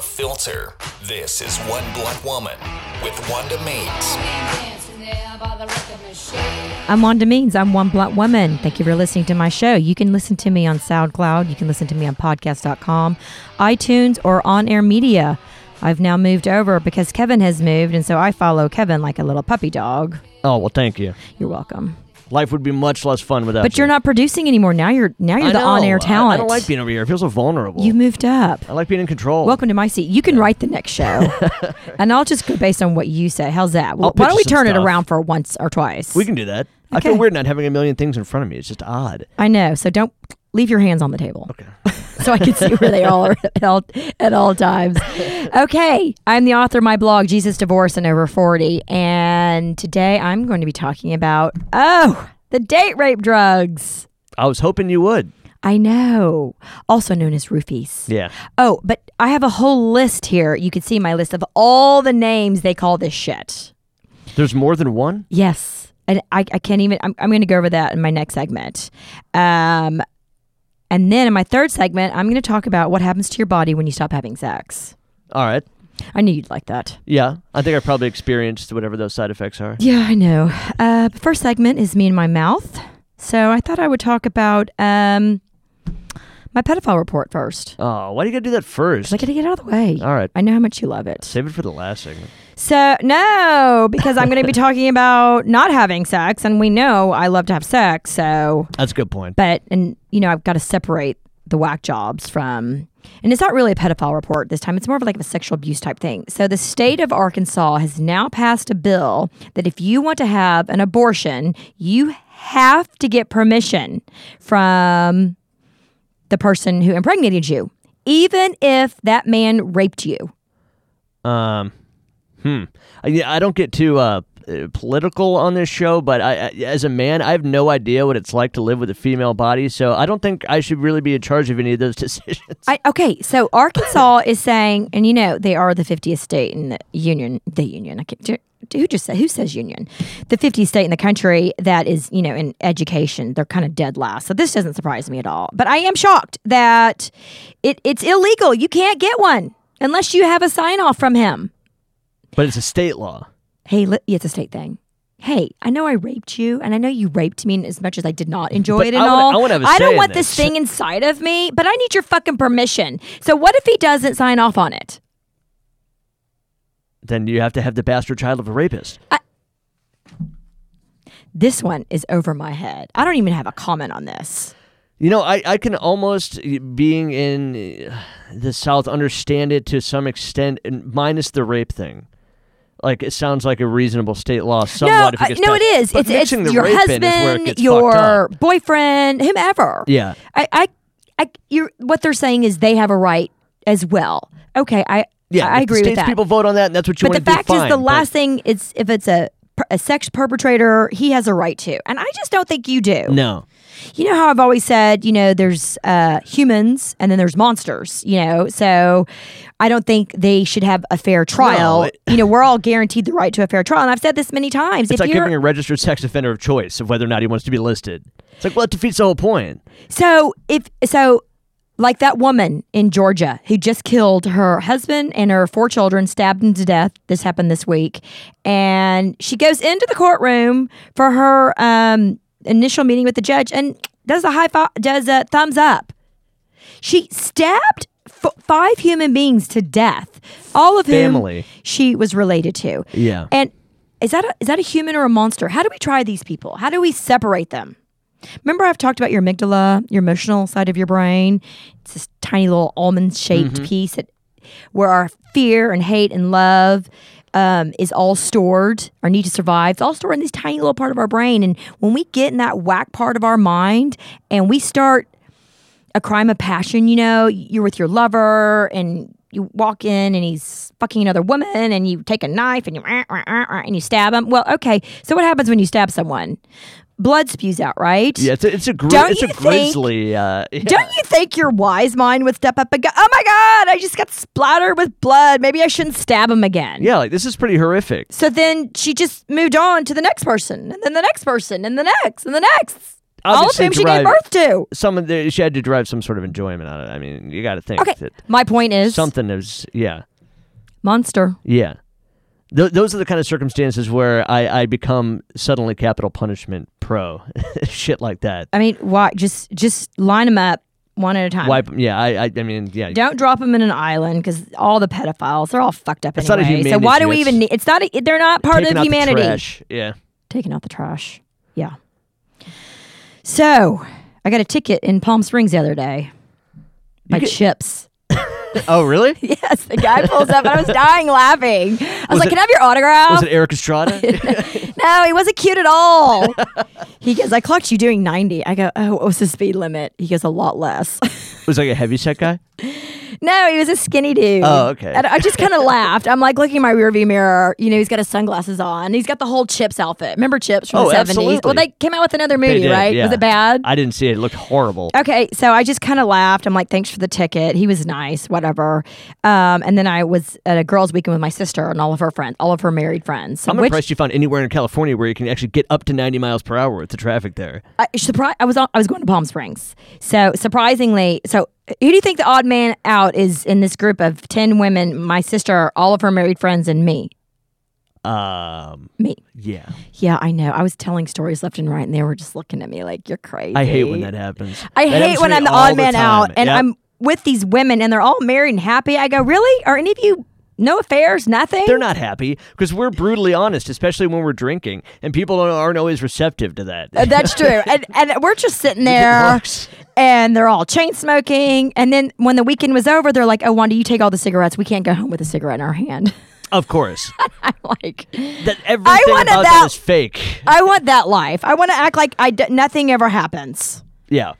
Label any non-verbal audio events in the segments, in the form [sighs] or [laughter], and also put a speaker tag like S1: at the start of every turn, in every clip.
S1: sponsor. This is One Blunt Woman with Wanda Means.
S2: I'm Wanda Means. I'm One Blunt Woman. Thank you for listening to my show. You can listen to me on SoundCloud. You can listen to me on podcast.com, iTunes, or on air media. I've now moved over because Kevin has moved, and so I follow Kevin like a little puppy dog.
S3: Oh well, thank you.
S2: You're welcome.
S3: Life would be much less fun without.
S2: But you're not producing anymore. Now you're now you're
S3: I
S2: the
S3: know.
S2: on air
S3: I-
S2: talent.
S3: I, don't like being over here. I feel so vulnerable.
S2: You've moved up.
S3: I like being in control.
S2: Welcome to my seat. You can write the next
S3: [laughs]
S2: show, and I'll just go based on what you say. How's that?
S3: I'll
S2: Why don't
S3: pitch
S2: we
S3: some
S2: turn it
S3: stuff.
S2: around for once or twice?
S3: We can do that. I
S2: Okay.
S3: feel weird not having a million things in front of me. It's just odd.
S2: I know. So don't leave your hands on the table. Okay. [laughs] so I can see where they all are at all, at all times. Okay. I'm the author of my blog, Jesus Divorce and Over 40. And today I'm going to be talking about, oh, the date rape drugs.
S3: I was hoping you would.
S2: I know. Also known as roofies.
S3: Yeah.
S2: Oh, but I have a whole list here. You can see my list of all the names they call this shit.
S3: There's more than one.
S2: Yes. And I, I can't even, I'm, I'm going to go over that in my next segment. Um, and then in my third segment, I'm going to talk about what happens to your body when you stop having sex.
S3: All right.
S2: I knew you'd like that.
S3: Yeah. I think I probably experienced whatever those side effects are.
S2: Yeah, I know. Uh, the first segment is me and my mouth. So I thought I would talk about um, my pedophile report first.
S3: Oh, why do you gotta do that first?
S2: I got to get it out of the way.
S3: All right.
S2: I know how much you love it.
S3: Save it for the last segment.
S2: So, no, because I'm going [laughs] to be talking about not having sex. And we know I love to have sex. So,
S3: That's a good point.
S2: but and you know i've got to separate the whack jobs from and it's not really a pedophile report this time it's more of like a sexual abuse type thing so the state of arkansas has now passed a bill that if you want to have an abortion you have to get permission from the person who impregnated you even if that man raped you
S3: Um, hmm. I, yeah, I don't get too uh, uh, political on this show, but I, I, as a man, I have no idea what it's like to live with a female body, so I don't think I should really be in charge of any of those [laughs] decisions.
S2: I, okay, so Arkansas is saying, and you know they are the 50th state in the union. The union, I can't. do- Who just said, who says union? The 50th state in the country that is, you know, in education, they're kind of dead last. So this doesn't surprise me at all. But I am shocked that it, it's illegal. You can't get one unless you have a sign off from him.
S3: But it's a state law.
S2: Hey, li- it's a state thing. Hey, I know I raped you, and I know you raped me. And as much as I did not enjoy
S3: But
S2: it at
S3: I wanna-
S2: all,
S3: I wanna have a
S2: I
S3: say
S2: don't
S3: in
S2: want
S3: this.
S2: this thing inside of me. But I need your fucking permission. So what if he doesn't sign off on it?
S3: Then you have to have the bastard child of a rapist.
S2: This one is over my head. I don't even have a comment on this.
S3: You know, I, I can almost, uh, being in uh, the South, understand it to some extent, and minus the rape thing. Like, it sounds like a reasonable state law somewhat.
S2: no,
S3: if
S2: uh,
S3: it gets
S2: no,
S3: passed.
S2: it is.
S3: But
S2: it's it's
S3: mixing the
S2: your
S3: rape in is where it
S2: husband,
S3: gets fucked
S2: your
S3: up.
S2: boyfriend, whomever.
S3: Yeah.
S2: I, I, I, you're what they're saying is they have a right as well. Okay, I,
S3: Yeah,
S2: I
S3: if
S2: agree
S3: the
S2: with
S3: state's
S2: that.
S3: people vote on that, and that's what you
S2: but the
S3: want to
S2: fact
S3: do.
S2: is, the
S3: fine, but-
S2: last thing is if it's a a sex perpetrator, he has a right to, and I just don't think you do.
S3: No.
S2: You know how I've always said, you know, there's uh, humans and then there's monsters. You know, so I don't think they should have a fair trial.
S3: No, it-
S2: you know, we're all guaranteed the right to a fair trial, and I've said this many times.
S3: It's
S2: if
S3: like
S2: you're
S3: giving a registered sex offender a choice of whether or not he wants to be listed. It's like, well, that defeats the whole point.
S2: So if so, like that woman in Georgia who just killed her husband and her four children, stabbed them to death. This happened this week, and she goes into the courtroom for her um, initial meeting with the judge and does a high five, does a thumbs up. She stabbed f- five human beings to death, all of whom
S3: Family.
S2: she was related to.
S3: Yeah.
S2: And is that a, is that a human or a monster? How do we try these people? How do we separate them? Remember, I've talked about your amygdala, your emotional side of your brain. It's this tiny little almond shaped piece that, where our fear and hate and love um, is all stored, our need to survive. It's all stored in this tiny little part of our brain. And when we get in that whack part of our mind and we start a crime of passion, you know, you're with your lover and you walk in and he's fucking another woman and you take a knife and you "Ah, ah, ah, ah," and you stab him. Well, okay. So what happens when you stab someone? Blood spews out, right?
S3: Yeah, it's a, it's a, gri-
S2: Don't
S3: it's a
S2: you think-
S3: grizzly. Uh, yeah.
S2: Don't you think your wise mind would step up and go, "Oh my god, I just got splattered with blood. Maybe I shouldn't stab him again."
S3: yeah, like this is pretty horrific.
S2: So then she just moved on to the next person, and then the next person, and the next, and the next. All of
S3: Obviously
S2: whom she gave
S3: derived-
S2: birth to.
S3: Some of the, she had to derive some sort of enjoyment out of it. I mean, you got to think
S2: Okay.
S3: that
S2: My point is
S3: something is, yeah.
S2: Monster.
S3: Yeah. Th- those are the kind of circumstances where I, I become suddenly capital punishment pro. [laughs] Shit like that.
S2: I mean, why? Just just line them up one at a time.
S3: Wipe 'em. Yeah, I, I, I mean, yeah.
S2: Uh, Don't drop them in an island because all the pedophiles they're all fucked up
S3: It's not a
S2: anyway. so
S3: humanity,
S2: why do we
S3: it's
S2: even need? It's not. A, they're not part
S3: Taking
S2: of
S3: out the
S2: humanity.
S3: trash. Yeah.
S2: Taking out the trash. Yeah. So I got a ticket in Palm Springs the other day. My
S3: get-
S2: chips.
S3: Oh, really?
S2: [laughs] Yes, the guy pulls up and I was dying laughing. I was, like,
S3: it-
S2: "Can I have your autograph?"
S3: Was it
S2: [laughs]
S3: Eric Estrada?
S2: No, he wasn't cute at [laughs] all. he goes, I clocked you doing 90. I go, oh, what was the speed limit? He goes, a lot less. [laughs]
S3: was it like a heavy set guy?
S2: no, he was a skinny dude.
S3: Oh, okay.
S2: And I just kind of laughed. I'm like looking in my rearview mirror. You know, he's got his sunglasses on. He's got the whole Chips outfit. Remember Chips from
S3: Oh,
S2: the 70s? Well,
S3: absolutely.
S2: they came out with another
S3: They
S2: movie,
S3: did,
S2: right? Was
S3: yeah.
S2: it bad?
S3: I didn't see it. It looked horrible.
S2: Okay, so I just kind of laughed. I'm like, thanks for the ticket. He was nice, whatever. Um, and then I was at a girls' weekend with my sister and all of her friends, all of her married friends.
S3: I'm
S2: which-
S3: impressed you found anywhere in California where you can actually get up to 90 miles per hour with the traffic there.
S2: I, surpri- I was on, I was going to Palm Springs. So surprisingly, so who do you think the odd man out is in this group of ten women? My sister, all of her married friends, and me.
S3: Um,
S2: Me.
S3: yeah.
S2: Yeah, I know. I was telling stories left and right, and they were just looking at me like you're crazy.
S3: I hate when that happens.
S2: I
S3: That happens
S2: hate
S3: to
S2: when
S3: me
S2: I'm the
S3: all
S2: odd man
S3: time.
S2: out, and
S3: Yep.
S2: I'm with these women, and they're all married and happy. I go, really? Are any of you no affairs? Nothing?
S3: They're not happy because we're brutally honest, especially when we're drinking, and people aren't- aren't always receptive to that.
S2: Uh, That's true. And, and we're just
S3: [laughs]
S2: sitting there
S3: worse.
S2: and they're all chain smoking. And then when the weekend was over, they're like, oh, Wanda, you take all the cigarettes. We can't go home with a cigarette in our hand.
S3: [laughs]
S2: [laughs]
S3: of course,
S2: I'm like,
S3: that everything
S2: wanted
S3: about
S2: that-
S3: that is fake.
S2: I want that life. I want to act like I d- nothing ever happens.
S3: Yeah.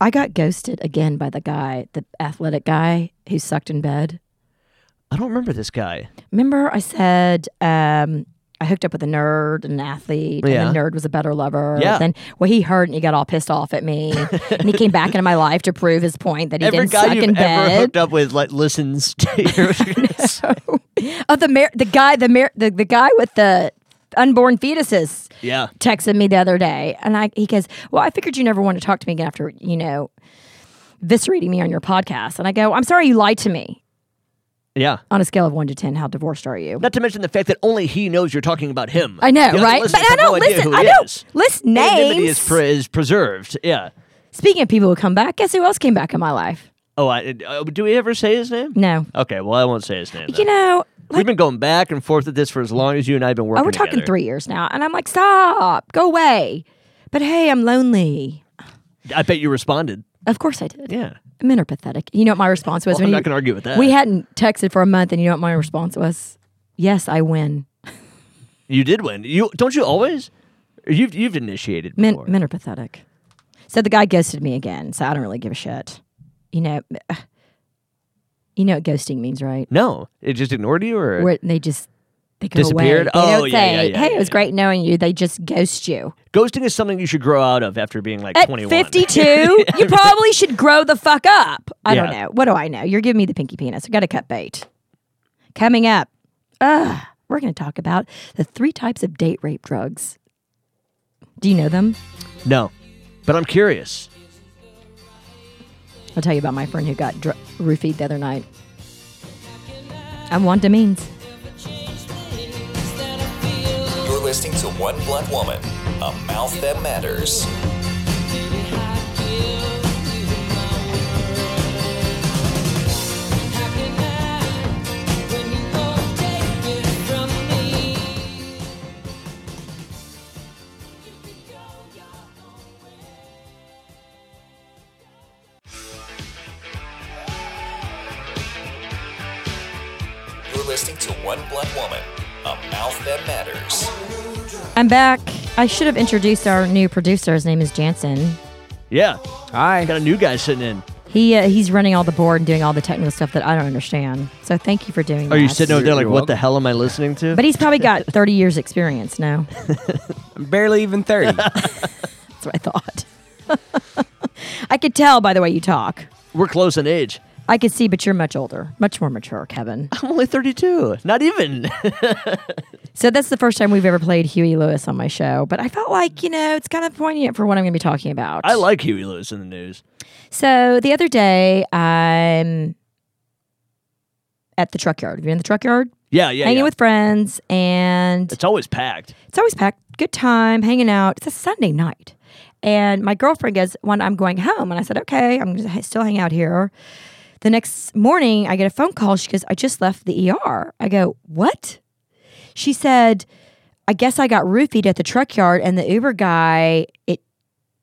S2: I got ghosted again by the guy, the athletic guy who sucked in bed.
S3: I don't remember this guy.
S2: Remember, I said um, I hooked up with a nerd and an athlete,
S3: Yeah.
S2: and the nerd was a better lover.
S3: Yeah.
S2: Then, well, he heard and he got all pissed off at me, and he came back into my life to prove his point that he
S3: [laughs] Every
S2: didn't
S3: guy
S2: suck
S3: you've
S2: in
S3: ever
S2: bed.
S3: hooked up with like listens to
S2: [laughs]
S3: your.
S2: Oh, the mar- the guy, the mar- the, the guy with the unborn fetuses
S3: yeah.
S2: texted me the other day, and I he goes, "Well, I figured you never want to talk to me again after you know viscerating me on your podcast." And I go, "I'm sorry you lied to me."
S3: Yeah.
S2: On a scale of one to ten, how divorced are you?
S3: Not to mention the fact that only he knows you're talking about him.
S2: I know,
S3: The other
S2: right? But
S3: listeners
S2: I
S3: have
S2: don't
S3: no idea
S2: listen.
S3: who
S2: I
S3: he
S2: don't
S3: is.
S2: listen
S3: Anonymity
S2: names.
S3: is, pre- is preserved. Yeah.
S2: Speaking of people who come back, guess who else came back in my life?
S3: Oh, I, uh, do we ever say his name?
S2: No,
S3: Okay, well, I won't say his name.
S2: you
S3: then.
S2: know,
S3: We've been going back and forth at this for as long as you and I have been working
S2: oh, we're talking
S3: together.
S2: three years now, and I'm like, stop, go away. But hey, I'm lonely.
S3: I bet you responded.
S2: Of course I did.
S3: Yeah.
S2: Men are pathetic. You know what my response was?
S3: Well,
S2: when
S3: I'm
S2: you-
S3: not going to argue with that.
S2: We hadn't texted for a month, and you know what my response was? Yes, I win.
S3: you did win. You Don't you always? You've, you've initiated
S2: Men,
S3: before.
S2: men are pathetic. So the guy ghosted me again. So I don't really give a shit. You know, [sighs] you know what ghosting means, right?
S3: no. It just ignored you or?
S2: Where they just they go
S3: Disappeared?
S2: away. They
S3: Oh,
S2: don't
S3: yeah,
S2: say,
S3: yeah, yeah,
S2: "Hey,
S3: yeah,
S2: it was
S3: yeah.
S2: great knowing you." They just ghost you.
S3: Ghosting is something you should grow out of after being like
S2: At
S3: 21. [laughs]
S2: 52, you probably should grow the fuck up. I don't
S3: Yeah.
S2: know. What do I know? You're giving me the pinky penis. I got to cut bait. Coming up, ugh, we're going to talk about the three types of date rape drugs. Do you know them?
S3: no. But I'm curious.
S2: I'll tell you about my friend who got dr- roofied the other night. I'm Wanda Means.
S1: You're listening to One Blunt Woman, a mouth that matters. You're listening to One Blunt Woman, a mouth that matters.
S2: I'm back. I should have introduced our new producer. His name is Jansen.
S3: Yeah.
S4: Hi.
S3: Got a new guy sitting in.
S2: He uh, he's running all the board and doing all the technical stuff that I don't understand. So thank you for doing that.
S3: Are Oh, you sitting over there like,
S4: You're
S3: what the hell am I listening to?
S2: But he's probably got [laughs] 30 years experience now.
S4: I'm barely even 30.
S2: [laughs] That's what I thought. [laughs] I could tell by the way you talk.
S3: We're close in age.
S2: I could see, but you're much older, much more mature, Kevin.
S3: I'm only 32. Not even.
S2: So that's the first time we've ever played Huey Lewis on my show. But I felt like you know it's kind of poignant for what I'm going to be talking about.
S3: [laughs] I like Huey Lewis in the news.
S2: So the other day, I'm at the truck yard. Have you been in the truck yard?
S3: Yeah, yeah,
S2: Hanging
S3: yeah.
S2: with friends, and
S3: It's always packed.
S2: it's always packed. Good time, hanging out. It's a Sunday night. And my girlfriend goes, when I'm going home, and I said, okay, I'm gonna h- still hang out here. The next morning, I get a phone call. She goes, I just left the ER. I go, what? She said, I guess I got roofied at the truck yard, and the Uber guy, it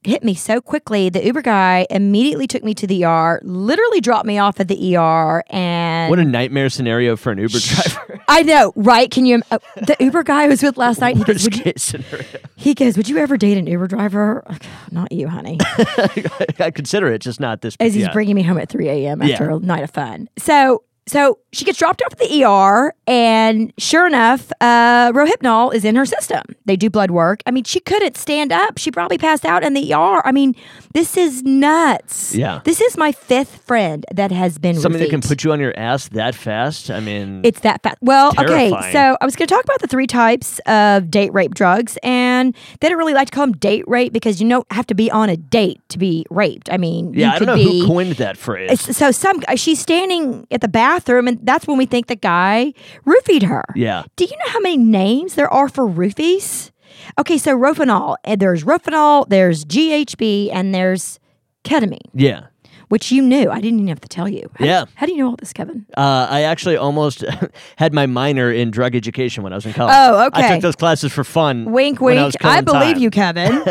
S2: hit me so quickly. The Uber guy immediately took me to the ER, literally dropped me off at the ER, and
S3: What a nightmare scenario for an
S2: [laughs]
S3: Uber driver.
S2: I know, right? Can you? Uh, the Uber guy I was with last night. He goes,
S3: Worst
S2: "Would you-
S3: case scenario. [laughs]
S2: he goes, "Would you ever date an Uber driver?" Like, Not you,
S3: [laughs]
S2: honey.
S3: I consider it just not this.
S2: As he's
S3: yeah.
S2: bringing me home at three a.m. after
S3: Yeah.
S2: a night of fun. So, so she gets dropped off at the ER, and sure enough, uh, Rohypnol is in her system. They do blood work. I mean, she couldn't stand up. She probably passed out in the ER. I mean, this is nuts.
S3: Yeah.
S2: this is my fifth friend that has been
S3: Something that can
S2: roofied.
S3: put you on your ass that fast. I mean,
S2: It's that fast. Well, okay.
S3: Terrifying.
S2: So I was going to talk about the three types of date rape drugs, and they don't really like to call them date rape because you don't have to be on a date to be raped. I mean,
S3: yeah,
S2: you
S3: I
S2: could
S3: don't know
S2: be,
S3: who coined that phrase.
S2: It's- So some uh, she's standing at the bathroom, and that's when we think the guy roofied her.
S3: yeah,
S2: Do you know how many names there are for roofies? Okay, so Rofinol. And there's Rofinol, there's GHB, and there's ketamine,
S3: yeah.
S2: which you knew. I didn't even have to tell you. How-
S3: Yeah.
S2: How do you know all this, Kevin?
S3: Uh, I actually almost [laughs] had my minor in drug education when I was in college.
S2: Oh,
S3: I
S2: okay.
S3: took those classes for fun.
S2: Wink,
S3: when I
S2: wink.
S3: was
S2: I
S3: killing
S2: believe
S3: time. [laughs]
S2: you, Kevin.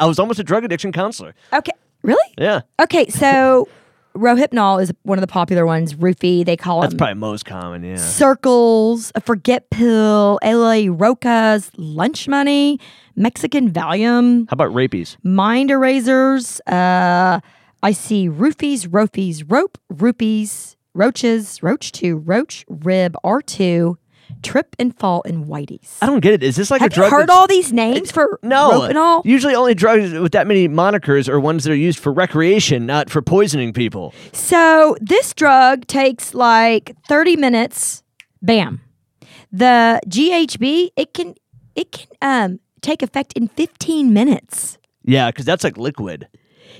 S3: I was almost a drug addiction counselor.
S2: Okay. Really?
S3: Yeah,
S2: Okay. So Rohypnol is one of the popular ones. Roofie, they call
S3: that's
S2: them
S3: probably most common. Yeah,
S2: circles, a forget pill, LA Rocas, lunch money, Mexican Valium,
S3: how about rapies?
S2: mind erasers. Uh, I see roofies, rofies, rope, rupees, roaches, roach two, roach rib, R2, trip and fall, and whiteys.
S3: I don't get it. Is this like
S2: Have
S3: a
S2: you
S3: drug?
S2: heard
S3: that's-
S2: all these names for
S3: no,
S2: Rohypnol?
S3: usually only drugs with that many monikers are ones that are used for recreation, not for poisoning people.
S2: So this drug takes like 30 minutes. Bam. The GHB, it can it can um take effect in 15 minutes.
S3: Yeah, because that's like liquid.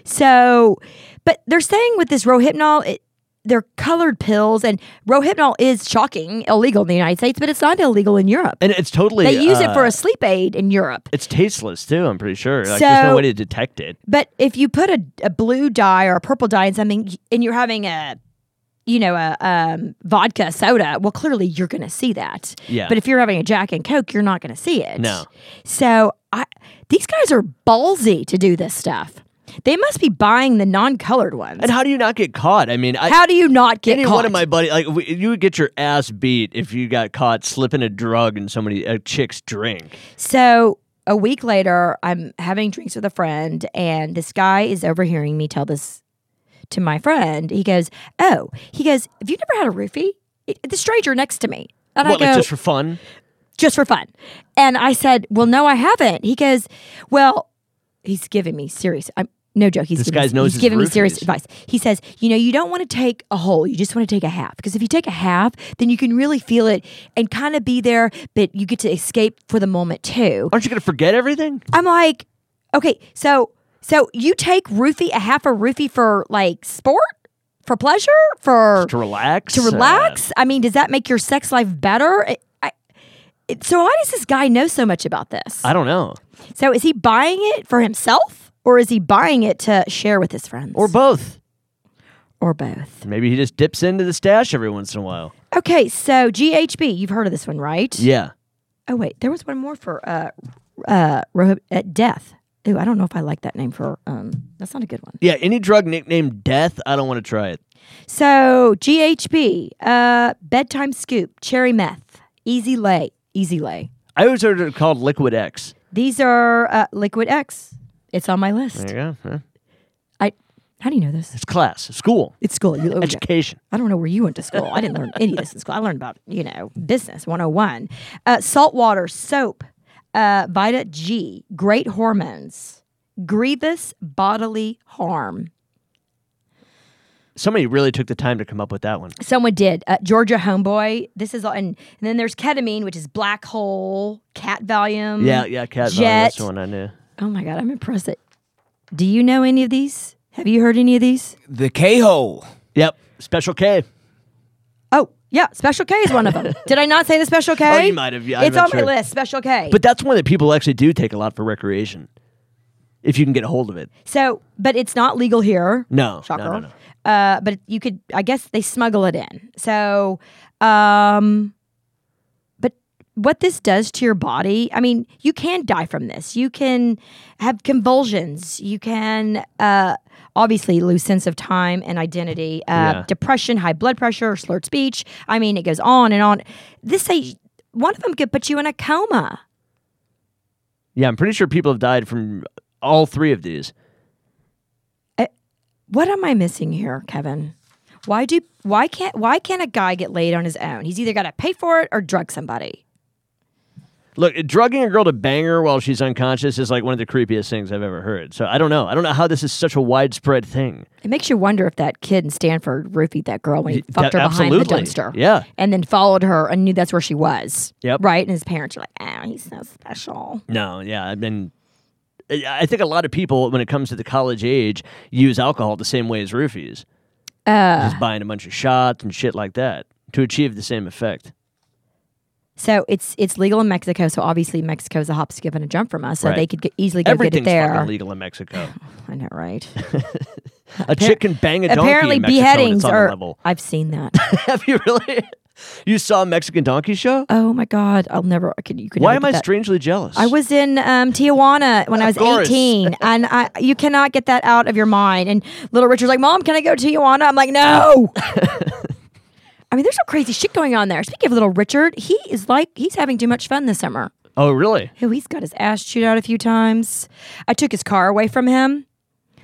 S2: So but they're saying with this Rohypnol it they're colored pills and Rohypnol is shocking illegal in the United States, but it's not illegal in Europe.
S3: And it's totally.
S2: They use it
S3: uh,
S2: for a sleep aid in Europe.
S3: It's tasteless too. I'm pretty sure. Like, there's
S2: So-
S3: no way to detect it.
S2: But if you put a, a blue dye or a purple dye in something and you're having a, you know, a um, vodka soda, well, clearly you're going to see that.
S3: Yeah.
S2: But if you're having a Jack and Coke, you're not going to see it.
S3: No.
S2: So I, these guys are ballsy to do this stuff. They must be buying the non-colored ones.
S3: And how do you not get caught? I mean, I,
S2: How do you not get
S3: any
S2: caught?
S3: one of my buddies, like we, you would get your ass beat if you got caught slipping a drug in somebody a chick's drink.
S2: So a week later, I'm having drinks with a friend, and this guy is overhearing me tell this to my friend. He goes, "Oh, he goes, have you never had a roofie?" It- the stranger next to me, and
S3: what,
S2: I go,
S3: like just for fun?
S2: just for fun. And I said, Well, no, I haven't. He goes, Well, he's giving me serious. I'm, no joke. He's
S3: This
S2: giving,
S3: guy's
S2: me-
S3: nose
S2: he's
S3: is
S2: giving me
S3: roofies.
S2: serious advice. He says, You know, you don't want to take a whole. You just want to take a half. Because if you take a half, then you can really feel it and kind of be there, but you get to escape for the moment too.
S3: Aren't you going to forget everything?
S2: I'm like, Okay, so so you take roofie, a half a roofie for like sport, for pleasure, for
S3: To relax.
S2: to
S3: Uh,
S2: relax? I mean, does that make your sex life better? I, I, it- so why does this guy know so much about this?
S3: Uh, I don't know,
S2: So is he buying it for himself, or is he buying it to share with his friends,
S3: or both.
S2: or both?
S3: Maybe he just dips into the stash every once in a while.
S2: Okay, so GHB, you've heard of this one, right?
S3: Yeah,
S2: Oh wait, there was one more for uh, uh, Rohib- uh death. Ooh, I don't know if I like that name for um. That's not a good one.
S3: yeah. Any drug nicknamed death, I don't want to try it.
S2: So GHB, uh, bedtime scoop, cherry meth, easy lay, easy lay.
S3: I always heard it called Liquid X.
S2: These are uh, Liquid X. It's on my list.
S3: There you go. Huh?
S2: I. How do you know this?
S3: It's class, school,
S2: It's school. You, okay.
S3: education.
S2: I don't know where you went to school. I didn't learn any of this in school. I learned about you know business 101, uh, salt water, soap, uh, Vita G, great hormones, grievous bodily harm.
S3: Somebody really took the time to come up with that one.
S2: Someone did. Uh, Georgia Homeboy. This is all, and, and then there's ketamine, which is black hole, cat valium.
S3: Yeah, yeah, cat. vomit,
S2: Jet.
S3: That's the one I knew.
S2: Oh my God, I'm impressed. That, do you know any of these? Have you heard any of these?
S4: The K hole.
S3: Yep, Special K.
S2: Oh, Yeah, Special K is one
S3: [laughs]
S2: of them. Did I not say the Special K?
S3: Oh, you might have. Yeah, I'm
S2: it's
S3: not
S2: on
S3: sure.
S2: my list. Special K.
S3: But that's one that people actually do take a lot for recreation, if you can get a hold of it.
S2: so, but it's not legal here.
S3: No,
S2: shocker.
S3: no, no,
S2: Uh, but you could, I guess, they smuggle it in. So, um, but what this does to your body, I mean, you can die from this. You can have convulsions. You can uh, obviously lose sense of time and identity. Uh,
S3: Yeah.
S2: Depression, high blood pressure, slurred speech. I mean, it goes on and on. This they one of them could put you in a coma.
S3: Yeah, I'm pretty sure people have died from all three of these.
S2: What am I missing here, Kevin? Why do why can't why can't a guy get laid on his own? He's either got to pay for it or drug somebody.
S3: Look, drugging a girl to bang her while she's unconscious is like one of the creepiest things I've ever heard. So I don't know. I don't know how this is such a widespread thing.
S2: It makes you wonder if that kid in Stanford roofied that girl when he
S3: Y-
S2: fucked her
S3: that-
S2: behind
S3: absolutely.
S2: the dumpster.
S3: Yeah.
S2: And then followed her and knew that's where she was.
S3: Yep.
S2: Right? And his parents are like, oh, he's so special.
S3: No, yeah, I mean, I I think a lot of people, when it comes to the college age, use alcohol the same way as roofies,
S2: Uh.
S3: just buying a bunch of shots and shit like that to achieve the same effect.
S2: So it's it's legal in Mexico, so obviously Mexico's a hop, skip, and a jump from us. So
S3: Right.
S2: they could get, easily go get it
S3: Everything's
S2: there.
S3: fucking legal
S2: [laughs]
S3: in Mexico.
S2: I know,
S3: [laughs]
S2: right?
S3: a chick can bang a donkey.
S2: Apparently
S3: in Mexico and
S2: beheadings
S3: it's on the
S2: are
S3: level. [laughs]
S2: I've seen that.
S3: Have you really? You saw a Mexican donkey show?
S2: oh my God. I'll never I could you could
S3: Why
S2: never
S3: am
S2: get
S3: I
S2: that.
S3: strangely jealous?
S2: I was in um, Tijuana when I was
S3: Of course.
S2: 18, and I you cannot get that out of your mind. And little Richard's like, "Mom, can I go to Tijuana?" I'm like,
S3: [laughs]
S2: "No." I mean, there's some crazy shit going on there. Speaking of little Richard, he is like he's having too much fun this summer.
S3: Oh, really?
S2: Oh, he's got his ass chewed out a few times. I took his car away from him.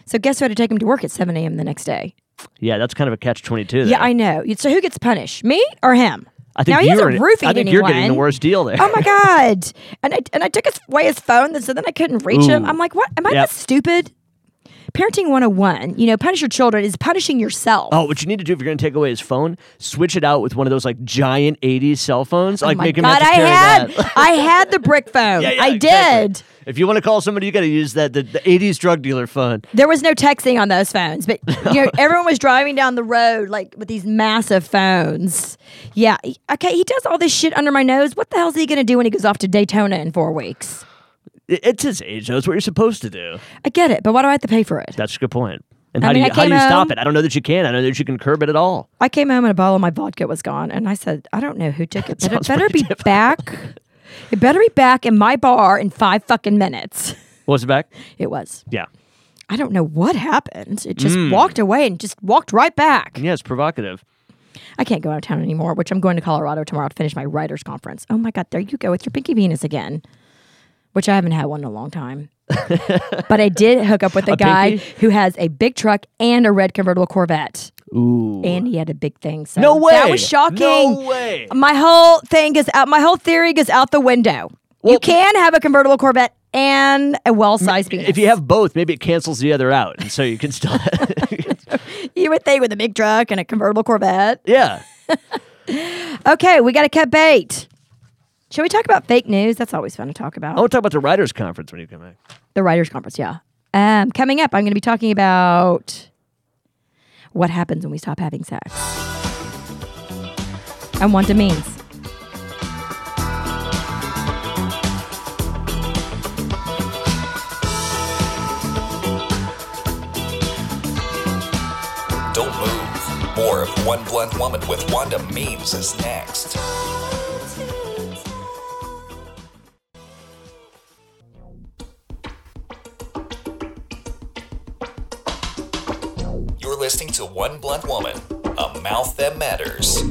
S2: So guess who had to take him to work at 7 a.m. the next day?
S3: Yeah, that's kind of a catch twenty two.
S2: Yeah, I know. So who gets punished, me or him?
S3: I think
S2: now he
S3: you're.
S2: hasn't roofied
S3: I think
S2: anyone.
S3: you're getting the worst deal there.
S2: Oh my god! And I and I took his- away his phone, so then I couldn't reach him.
S3: Ooh.
S2: I'm like, what? Am I
S3: Yep.
S2: that stupid? Parenting 101. You know, punish your children is punishing yourself.
S3: Oh, what you need to do if you're going to take away his phone, switch it out with one of those like giant 80s cell phones.
S2: Oh
S3: like
S2: my
S3: make him
S2: god!
S3: have to
S2: I
S3: carry
S2: had
S3: that. [laughs]
S2: [laughs] I had the brick phone.
S3: Yeah, yeah,
S2: I
S3: exactly.
S2: did.
S3: If you want to call somebody, you got to use that the, the 80s drug dealer phone.
S2: There was no texting on those phones, but you
S3: [laughs]
S2: know, everyone was driving down the road like with these massive phones. Yeah. he- Okay. He does all this shit under my nose. What the hell is he going to do when he goes off to Daytona in four weeks?
S3: It- It's his age, though. It's what you're supposed to do.
S2: I get it, but why do I have to pay for it?
S3: That's a good point. And
S2: I
S3: how
S2: mean,
S3: do
S2: I
S3: you, how do
S2: came
S3: you
S2: home-
S3: stop it? I don't know that you can. I don't know that you can curb it at all.
S2: I came home and a bottle of my vodka was gone, and I said, "I don't know who took it, but it
S3: sounds
S2: better be
S3: pretty
S2: back. It better be back in my bar in five fucking minutes."
S3: What's it back?
S2: It was.
S3: Yeah.
S2: I don't know what happened. It just
S3: Mm.
S2: walked away and just walked right back.
S3: Yeah, it's provocative.
S2: I can't go out of town anymore, which I'm going to Colorado tomorrow to finish my writers conference. Oh my god, there you go with your pinky Venus again, which I haven't had one in a long
S3: [laughs]
S2: time. but I did hook up with a, guy
S3: pinky?
S2: who has a big truck and a red convertible Corvette.
S3: Ooh.
S2: and he had a big thing. So
S3: No
S2: That
S3: way.
S2: was shocking.
S3: No way.
S2: My whole thing is out. My whole theory goes out the window. you can have a convertible Corvette and a well-sized Venus.
S3: If you have both, maybe it cancels the other out. And so you can still.
S2: [laughs]
S3: [laughs]
S2: you would think with a big truck and a convertible Corvette.
S3: yeah.
S2: Okay, we got to cut bait. Shall we talk about fake news? That's always fun to talk about.
S3: I want to talk about the writers' conference when you come back.
S2: The writers' conference, yeah. Um, coming up, I'm going to be talking about what happens when we stop having sex and what it means.
S1: Don't move. More of One Blunt Woman with Wanda Memes is next. You're listening to One Blunt Woman, a mouth that matters.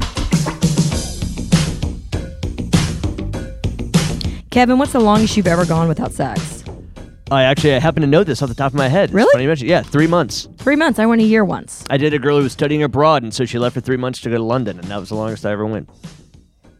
S2: Kevin, what's the longest you've ever gone without sex?
S3: I actually I happen to know this off the top of my head. It's
S2: Really?
S3: funny you mentioned- Yeah, three months.
S2: Three months. I went a year once.
S3: I did a girl who was studying abroad, and so she left for three months to go to London, and that was the longest I ever went.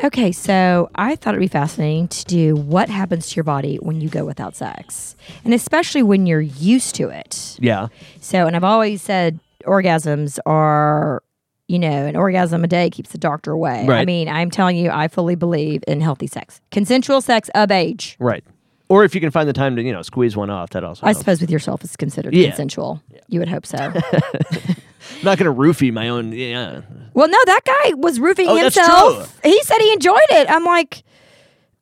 S2: Okay, so I thought it'd be fascinating to do what happens to your body when you go without sex, and especially when you're used to it.
S3: Yeah.
S2: So, and I've always said orgasms are, you know, an orgasm a day keeps the doctor away. I
S3: Right.
S2: mean, I'm telling you, I fully believe in healthy sex, consensual sex of age.
S3: Right. Or if you can find the time to, you know, squeeze one off, that also
S2: I
S3: helps.
S2: suppose with yourself is considered
S3: Yeah. [laughs]
S2: consensual. You would hope so.
S3: I'm not gonna roofie my own. Yeah,
S2: Well, no, that guy was roofing
S3: Oh, that's
S2: himself. He said he enjoyed it. I'm like,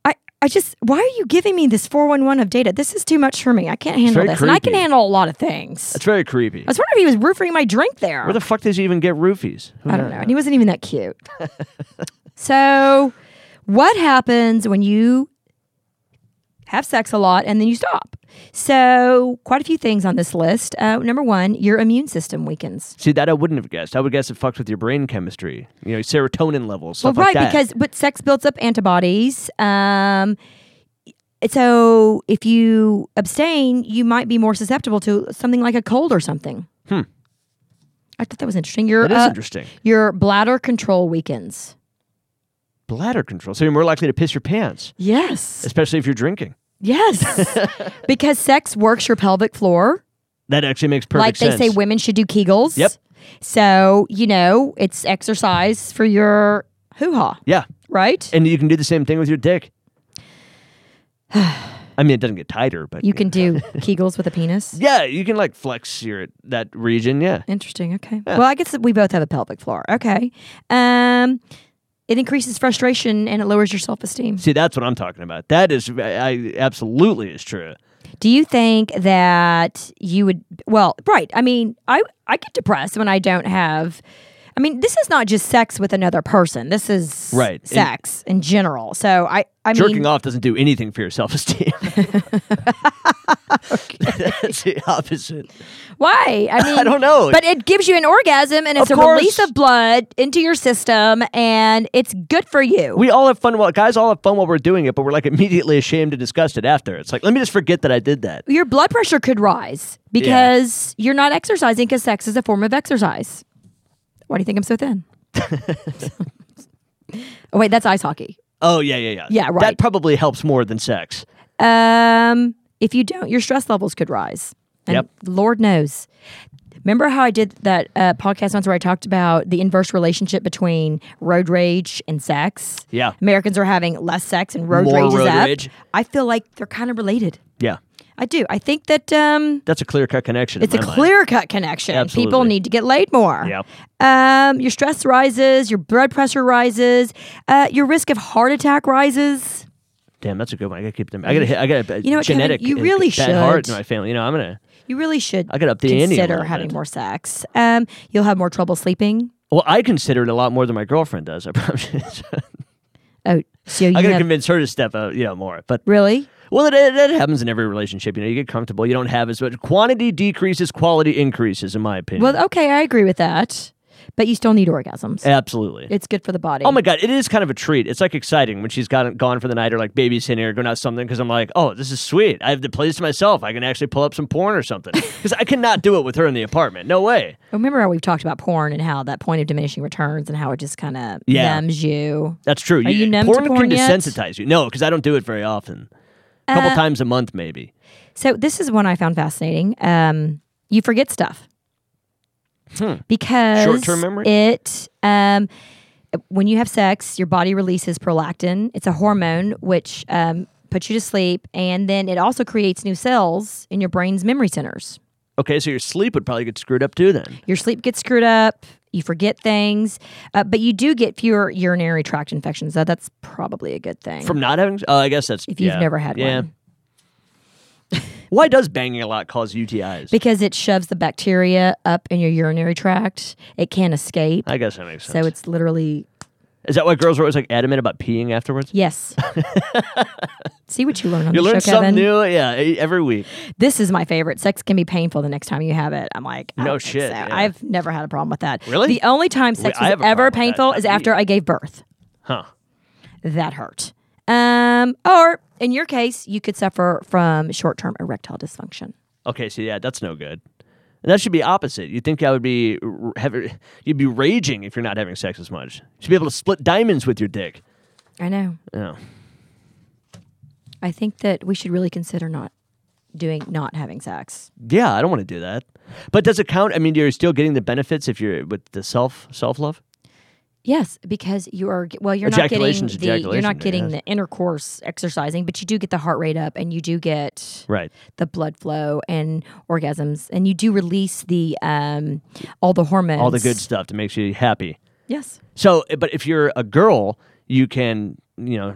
S2: I, I just, why are you giving me this 411 of data? This is too much for me. I can't handle
S3: very
S2: this. And I can
S3: creepy.
S2: handle a lot of things.
S3: it's very creepy.
S2: I was wondering if he was roofing my drink there.
S3: Where the fuck does he even get roofies? Who
S2: I don't know. And he wasn't even that cute. [laughs] so, what happens when you have sex a lot and then you stop? So, quite a few things on this list. Uh, number one, your immune system weakens.
S3: See that I wouldn't have guessed. I would guess it fucks with your brain chemistry, you know, serotonin levels, stuff
S2: well, right,
S3: like that.
S2: because but sex builds up antibodies. Um, so if you abstain, you might be more susceptible to something like a cold or something. Hmm. I thought that was interesting. Your
S3: That is
S2: uh,
S3: interesting.
S2: Your bladder control weakens.
S3: bladder control, so you're more likely to piss your pants,
S2: Yes.
S3: especially if you're drinking. [laughs]
S2: Yes. because sex works your pelvic floor.
S3: That actually makes perfect
S2: like
S3: sense.
S2: they say women should do Kegels.
S3: Yep.
S2: So, you know, it's exercise for your hoo ha,
S3: yeah,
S2: right?
S3: and you can do the same thing with
S2: [sighs]
S3: your dick. I mean, it doesn't get tighter, but
S2: you can
S3: [laughs]
S2: do Kegels with a penis.
S3: Yeah, you can like flex your that region. Yeah,
S2: Interesting. Okay. Well, I guess we both have a pelvic floor. Okay. Um, it increases frustration and it lowers your self esteem.
S3: see, that's what I'm talking about. That is, I absolutely is true.
S2: Do you think that you would? Well, right. I mean, I I get depressed when I don't have. I mean, this is not just sex with another person. This is
S3: Right. And-
S2: sex in general. So I I
S3: Jerking
S2: mean,
S3: off doesn't do anything for your self
S2: [laughs]
S3: [laughs] esteem. That's the opposite.
S2: why?
S3: [laughs]
S2: I mean,
S3: I don't know.
S2: But it gives you an orgasm and it's
S3: Of
S2: a release
S3: course.
S2: of blood into your system and it's good for you.
S3: we all have fun while guys all have fun while we're doing it, but we're like immediately ashamed and disgusted after. It's like let me just forget that I did that.
S2: your blood pressure could rise because you're not exercising because sex is a form of exercise. Why do you think I'm so
S3: [laughs]
S2: thin? oh, wait, that's ice hockey.
S3: Oh yeah, yeah, yeah.
S2: Yeah, right.
S3: That probably helps more than sex.
S2: Um, if you don't, your stress levels could rise. And
S3: Yep.
S2: Lord knows. Remember how I did that uh, podcast once where I talked about the inverse relationship between road rage and sex?
S3: Yeah.
S2: Americans are having less sex and road
S3: More
S2: rage is
S3: road
S2: up.
S3: rage.
S2: I feel like they're kind of related.
S3: Yeah,
S2: I do. I think that um,
S3: that's a clear cut connection. in
S2: It's a
S3: my mind.
S2: clear cut connection. People
S3: Absolutely.
S2: need to get laid more.
S3: Yep.
S2: Um, your stress rises, your blood pressure rises, uh, your risk of heart attack rises.
S3: Damn, that's a good one. I gotta keep them. I gotta. hit- I gotta.
S2: You know what, Kevin?
S3: genetic.
S2: You
S3: uh,
S2: really
S3: bad heart
S2: should.
S3: in my family. You know, I'm gonna.
S2: You really should
S3: I got up the ante a
S2: consider
S3: little
S2: having
S3: bit.
S2: more sex. Um, you'll have more trouble sleeping.
S3: Well, I consider it a lot more than my girlfriend does. I [laughs] promise.
S2: Oh, so you
S3: I gotta
S2: have,
S3: convince her to step out. You know, more. But
S2: really?
S3: well, it, it, it happens in every relationship. You know, you get comfortable. You don't have as much. Quantity decreases, quality increases. In my opinion.
S2: Well, okay, I agree with that, but you still need orgasms.
S3: absolutely.
S2: it's good for the body.
S3: Eh. Oh my god, it is kind of a treat. It's like exciting when she's gone gone for the night or like babysitting or going out something because I'm like, oh, this is sweet. I have the place to myself. I can actually pull up some porn
S2: [laughs]
S3: or something because I cannot do it with her in the apartment. No way.
S2: Remember how we've talked about porn and how that point of diminishing returns and how it just kind of
S3: Yeah.
S2: numbs you.
S3: That's true.
S2: Are you numb to
S3: porn,
S2: porn
S3: can
S2: yet? Uh,
S3: desensitize you. No, because I don't do it very often. A couple times a month, maybe.
S2: So this is one I found fascinating. Um, you forget stuff because
S3: Hmm. Short-term memory?
S2: It um, when you have sex, your body releases prolactin. It's a hormone which um, puts you to sleep, and then it also creates new cells in your brain's memory centers.
S3: Okay, so your sleep would probably get screwed up too then.
S2: Your sleep gets screwed up. You forget things, uh, but you do get fewer urinary tract infections. So that's probably a good thing.
S3: From not having. Oh, I guess that's
S2: if you've
S3: yeah,
S2: never had
S3: yeah.
S2: one,
S3: [laughs] Why does banging a lot cause UTIs?
S2: because it shoves the bacteria up in your urinary tract, it can't escape.
S3: I guess that makes sense.
S2: So it's literally
S3: is that why girls are always like adamant about peeing afterwards? [laughs]
S2: yes. See what you learn on
S3: You
S2: the
S3: learn
S2: show, Kevin.
S3: something new, yeah, e- every week.
S2: This is my favorite. Sex can be painful the next time you have it. I'm like, I
S3: No
S2: don't think
S3: shit,
S2: so.
S3: yeah.
S2: I've never had a problem with that.
S3: Really?
S2: The only time sex
S3: I
S2: was
S3: have a
S2: ever
S3: problem with that,
S2: painful
S3: not
S2: is after
S3: you.
S2: I gave birth.
S3: Huh.
S2: That hurt. Um, or in your case, you could suffer from short-term erectile dysfunction.
S3: Okay, so yeah, that's no good. And that should be opposite. You'd think I would be r- have, you'd be raging if you're not having sex as much. You should be able to split diamonds with your dick.
S2: I know.
S3: Oh.
S2: I think that we should really consider not doing not having sex.
S3: Yeah, I don't want to do that. But does it count? I mean, you're still getting the benefits if you're with the self self love.
S2: Yes, because you are well. You're not getting
S3: Ejaculation's
S2: the you're not
S3: ejaculation,
S2: getting
S3: yes.
S2: the intercourse exercising, but you do get the heart rate up, and you do get
S3: Right.
S2: the blood flow and orgasms, and you do release the um all the hormones,
S3: All the good stuff that makes you happy.
S2: Yes,
S3: So, eh, but if you're a girl, you can, you know,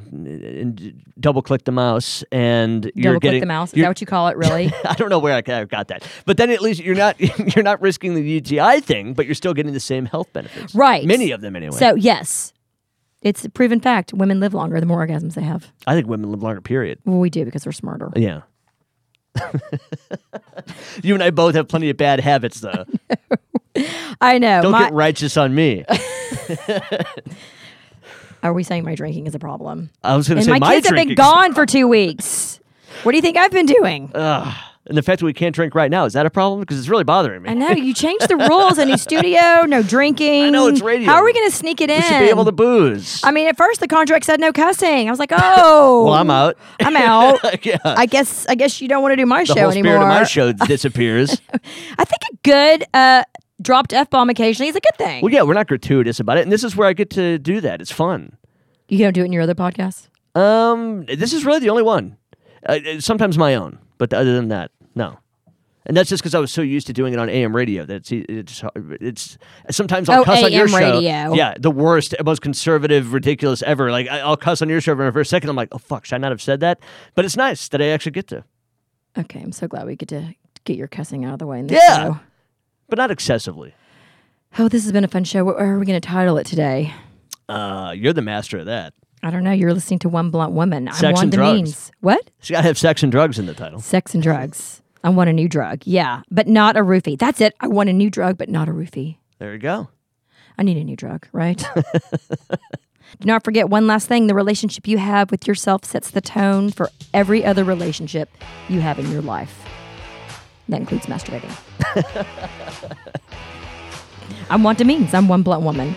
S3: double click the mouse and you're
S2: double
S3: getting
S2: click the mouse. Is
S3: you're-
S2: that what you call it? Really?
S3: I don't know where I got got that, but then at least you're not [laughs] you're not risking the UTI thing, but you're still getting the same health benefits,
S2: Right.
S3: Many of them, [laughs] anyway.
S2: So yes, it's a proven fact. Women live longer the more orgasms they have.
S3: I think women live longer. Period.
S2: Well, we do because we're smarter.
S3: Yeah. [laughs] you and I both have plenty of bad habits, though.
S2: I know.
S3: Don't
S2: my-
S3: get righteous
S2: [laughs]
S3: on me.
S2: are we saying my drinking is a problem?
S3: I was going to
S2: and
S3: say
S2: my,
S3: my
S2: kids have been
S3: drinking's-
S2: gone for two weeks. What do you think I've been doing?
S3: Uh, and the fact that we can't drink right now is that a problem? Because it's really bothering me.
S2: I know you changed the rules.
S3: [laughs]
S2: A new studio, no drinking.
S3: I know, it's radio.
S2: How are we going to sneak it in?
S3: we should be able to booze.
S2: I mean, at first the contract said no cussing. I was like, oh,
S3: [laughs] well,
S2: [laughs]
S3: I'm out. [laughs]
S2: I'm out.
S3: yeah.
S2: I guess I guess you don't want to do my show
S3: the whole
S2: anymore.
S3: spirit of
S2: [laughs]
S3: my show disappears.
S2: I think a good uh, dropped f bomb occasionally is a good thing.
S3: well, yeah, we're not gratuitous about it, and this is where I get to do that. It's fun.
S2: You don't do it in your other podcast.
S3: Um, this is really the only one. Uh, uh, sometimes my own, but other than that, no. And that's just because I was so used to doing it on AM radio that it's it's, it's sometimes I'll
S2: Oh,
S3: cuss on your
S2: AM
S3: show.
S2: radio.
S3: Yeah, the worst, most conservative, ridiculous ever. Like I, I'll cuss on your show for a first second. I'm like, oh fuck, should I not have said that? But it's nice that I actually get to,
S2: Okay, I'm so glad we get to get your cussing out of the way. In this
S3: Yeah.
S2: show.
S3: but not excessively.
S2: Oh, this has been a fun show. What are we going to title it today?
S3: Uh, you're the master of that.
S2: I don't know. You're listening to One Blunt Woman. I'm
S3: Sex
S2: Wanda
S3: and drugs.
S2: Means. What?
S3: It's got to have sex and drugs in the title.
S2: Sex and drugs. I want a new drug. Yeah, but not a roofie. That's it. I want a new drug, but not a roofie.
S3: There you go.
S2: I need a new drug, right? [laughs] Do not forget one last thing. The relationship you have with yourself sets the tone for every other relationship you have in your life. That includes masturbating. I'm Wanda Means. I'm one blunt woman.